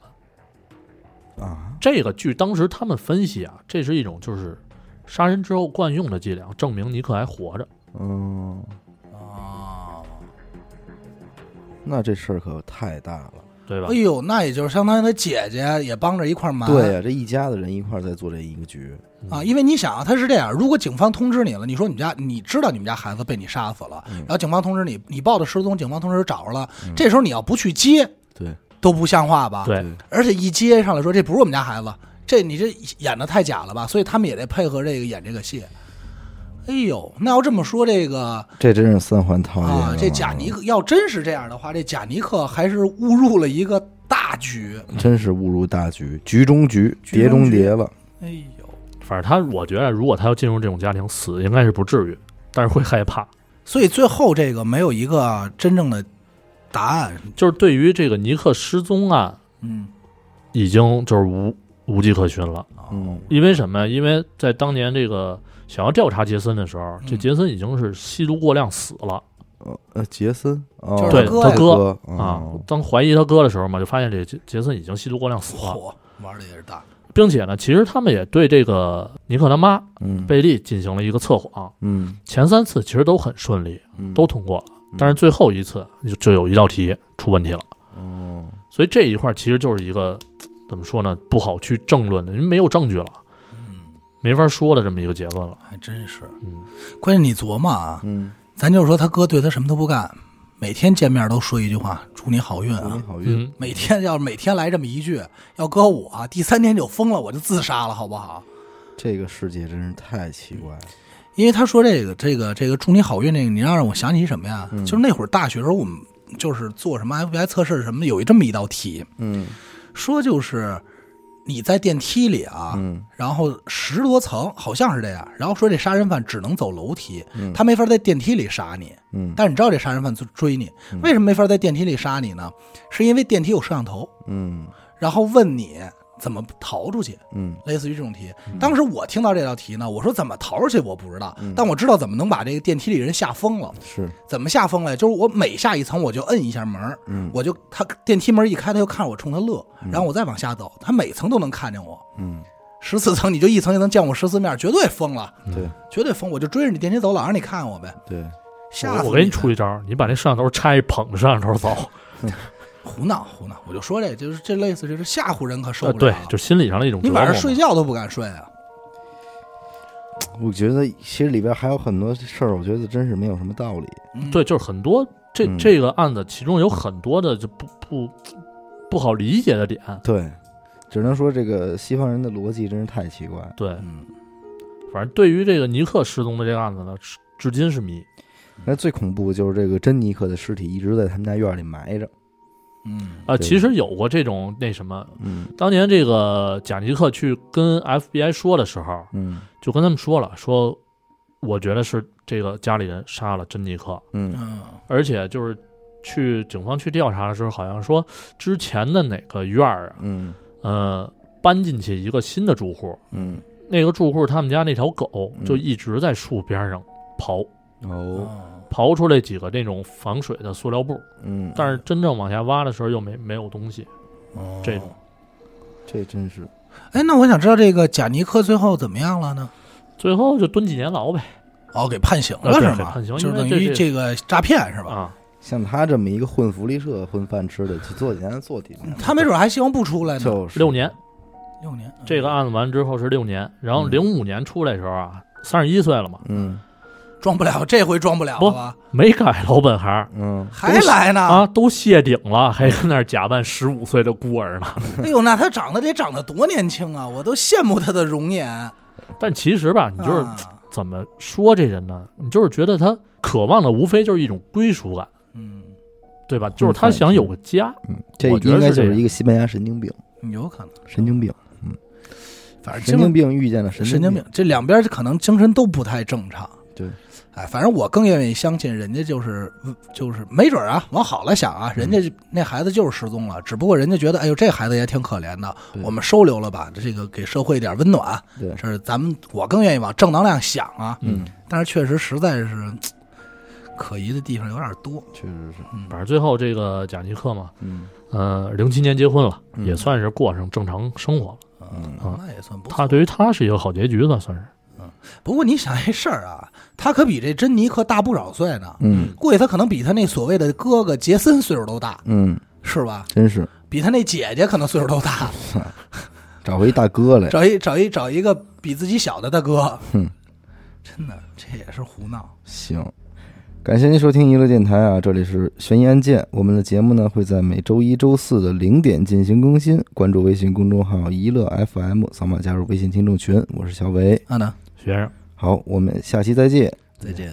C: 们。
A: 啊”
C: 这个据当时他们分析啊，这是一种就是杀人之后惯用的伎俩，证明尼克还活着。
A: 嗯，
B: 哦，
A: 那这事儿可太大了。
C: 对吧
B: 哎？呦，那也就是相当于他姐姐也帮着一块儿埋。
A: 对呀、这一家子人一块儿在做这一个局，
C: 嗯
B: 啊，因为你想啊，他是这样，如果警方通知你了，你说你们家你知道你们家孩子被你杀死了，
A: 嗯
B: 然后警方通知你，你报的失踪，警方通知找着了，这时候你要不去接
A: 对
B: 都不像话吧？，
C: 对，
A: 对
B: 而且一接上来说这不是我们家孩子，这你这演的太假了吧？所以他们也得配合这个演这个戏。哎呦，那要这么说，这个啊
A: 这真是三环套路
B: 啊，这贾尼克要真是这样的话，这贾尼克还是误入了一个大局。
A: 真是误入大局，局中局，
B: 局
A: 碟
B: 中
A: 中
B: 局
A: 谍了。
B: 哎呦，
C: 反正他，我觉得如果他要进入这种家庭，死应该是不至于，但是会害怕。
B: 所以最后这个没有一个真正的答案。
C: 就是对于这个尼克失踪案，
B: 嗯，
C: 已经就是无无迹可寻了。
A: 嗯
C: 因为什么呀？因为在当年这个想要调查杰森的时候，这
B: 嗯
C: 杰森已经是吸毒过量死了
A: 呃呃，杰森，哦
B: 就是他
C: 对
B: 哥
C: 他
B: 呀
C: 哥
A: 哥
C: 啊
A: 哦。
C: 当怀疑他哥的时候嘛，就发现这杰杰森已经吸毒过量死了，
B: 火玩的也是大。
C: 并且呢，其实他们也对这个尼克他妈
A: 嗯
C: 贝利进行了一个测谎，
A: 嗯
C: 前三次其实都很顺利，
A: 嗯
C: 都通过了，
A: 嗯
C: 但是最后一次就就有一道题出问题了。
A: 哦
C: 所以这一块其实就是一个怎么说呢，不好去争论的，因为没有证据了，
B: 嗯，
C: 没法说的这么一个结论了。
B: 还真是。
C: 嗯，
B: 关键你琢磨啊，
A: 嗯
B: 咱就说他哥对他什么都不干，每天见面都说一句话：“祝你好运啊
A: 好！”运，
C: 嗯，
B: 每天要是每天来这么一句，要搁我，啊第三天就疯了，我就自杀了，好不好？
A: 这个世界真是太奇怪了。
B: 因为他说这个这个这个祝你好运这个，你让我想起什么呀？就是那会儿大学时候，我们就是做什么 FBI 测试什么的，有一这么一道题，
A: 嗯
B: 说就是你在电梯里啊，
A: 嗯
B: 然后十多层好像是这样，然后说这杀人犯只能走楼梯，他没法在电梯里杀你，
A: 嗯
B: 但是你知道这杀人犯追追你，为什么没法在电梯里杀你呢？是因为电梯有摄像头，
A: 嗯
B: 然后问你怎么逃出去，
A: 嗯
B: 类似于这种题。当时我听到这道题呢，我说怎么逃出去我不知道，但我知道怎么能把这个电梯里人吓疯了。
A: 是
B: 怎么吓疯了呀？就是我每下一层我就摁一下门儿，
A: 嗯
B: 我就他电梯门一开，他就看着我冲他乐，
C: 嗯
B: 然后我再往下走，他每层都能看见我。
A: 嗯
B: 十四层你就一层一层见我十四面，绝对疯了，
A: 对
B: 绝对疯！我就追着你电梯走，老让你看我呗，
A: 对
B: 吓死
C: 我给
B: 你
C: 你出一招，你把那摄像头拆，捧着摄像头走。
B: 胡闹胡闹！我就说这就是这类似就是吓唬人可受
C: 呃，
B: 不了。
C: 对，就心理上的一种折
B: 你
C: 磨嘛。
B: 晚上睡觉都不敢睡啊。
A: 我觉得其实里边还有很多事儿，我觉得真是没有什么道理。
B: 嗯、
C: 对，就是很多这
A: 嗯
C: 这个案子，其中有很多的就不不不好理解的点。
A: 对，只能说这个西方人的逻辑真是太奇怪了。
C: 对，
B: 嗯，
C: 反正对于这个尼克失踪的这个案子呢，是至今是谜。
A: 那最恐怖的就是这个珍妮克的尸体一直在他们家院里埋着。
B: 嗯
C: 啊，
A: 对
C: 其实有过这种那什么，
A: 嗯
C: 当年这个贾尼克去跟 FBI 说的时候，
A: 嗯
C: 就跟他们说了，说我觉得是这个家里人杀了珍妮克，
A: 嗯
B: 嗯
C: 而且就是去警方去调查的时候，好像说之前的哪个院儿啊，
A: 嗯
C: 呃，搬进去一个新的住户，
A: 嗯
C: 那个住户他们家那条狗
A: 嗯
C: 就一直在树边上刨，
A: 哦
B: 哦
C: 刨出来几个那种防水的塑料布，
A: 嗯，
C: 但是真正往下挖的时候又没没有东西。
B: 哦
C: 这种
A: 这真是
B: 哎，那我想知道这个贾尼克最后怎么样了呢？
C: 最后就蹲几年牢呗
B: 哦，给判刑了
C: 啊对
B: 是
C: 给
B: 吗？
C: 判刑
B: 就是
C: 因为
B: 等
C: 这
B: 于
C: 是
B: 这个诈骗是吧？
C: 啊！
A: 像他这么一个混福利社混饭吃的，去做几年做几年，
B: 他没准还希望不出来呢。
A: 就是
C: 六年，
B: 六年，嗯
C: 这个啊案子完之后是六年，然后
A: 嗯
C: 零五年出来的时候啊，三十一岁了嘛，
A: 嗯
B: 装不了，这回装不了
C: 不
B: 了吧？
C: 没改老本行
A: 嗯
B: 还来呢？
C: 啊，都谢顶了，还跟那儿假扮十五岁的孤儿呢。
B: 哎呦，那他长得得长得多年轻啊！我都羡慕他的容颜。
C: 但其实吧，你就是
B: 啊
C: 怎么说这人呢？你就是觉得他渴望的无非就是一种归属感，
B: 嗯，
C: 对吧？就是他想有个家。
A: 嗯，这
C: 我觉得
A: 应该
C: 是这
A: 就
C: 样
A: 是一个西班牙神经病，
B: 有可能，
A: 神经病，
B: 反正
A: 神经病遇见了
B: 神经
A: 经
B: 病，，这两边可能精神都不太正常。
A: 对，
B: 哎，反正我更愿意相信人家就是就是，没准啊，往好了想啊，人家那孩子就是失踪了，只不过人家觉得，哎呦，这孩子也挺可怜的，
A: 对
B: 我们收留了吧，这个给社会一点温暖，
A: 对，
B: 这是咱们我更愿意往正能量想啊。
A: 嗯，
B: 但是确实实在是嘖可疑的地方有点多，
A: 确实是，
B: 嗯，
C: 反正最后这个贾尼克嘛，
A: 嗯
C: 呃，零七年结婚了，
A: 嗯
C: 也算是过上正常生活了。
B: 嗯
C: 嗯
B: 那也算不错。
C: 他对于他是一个好结局吧，算是。
B: 不过你想这事儿啊，他可比这珍妮可大不少岁呢，
A: 嗯
B: 估计他可能比他那所谓的哥哥杰森岁数都大，
A: 嗯，
B: 是吧？
A: 真是
B: 比他那姐姐可能岁数都大，
A: 找回一大哥来，
B: 找一找一找一个比自己小的大哥，
A: 哼，
B: 真的这也是胡闹。
A: 行。感谢您收听娱乐电台啊，这里是悬疑案件。我们的节目呢会在每周一、周四的零点进行更新。关注微信公众号“娱乐 FM”，扫码加入微信听众群。我是小伟。
B: 啊呢，
C: 学生。
A: 好，我们下期再见。
B: 再见。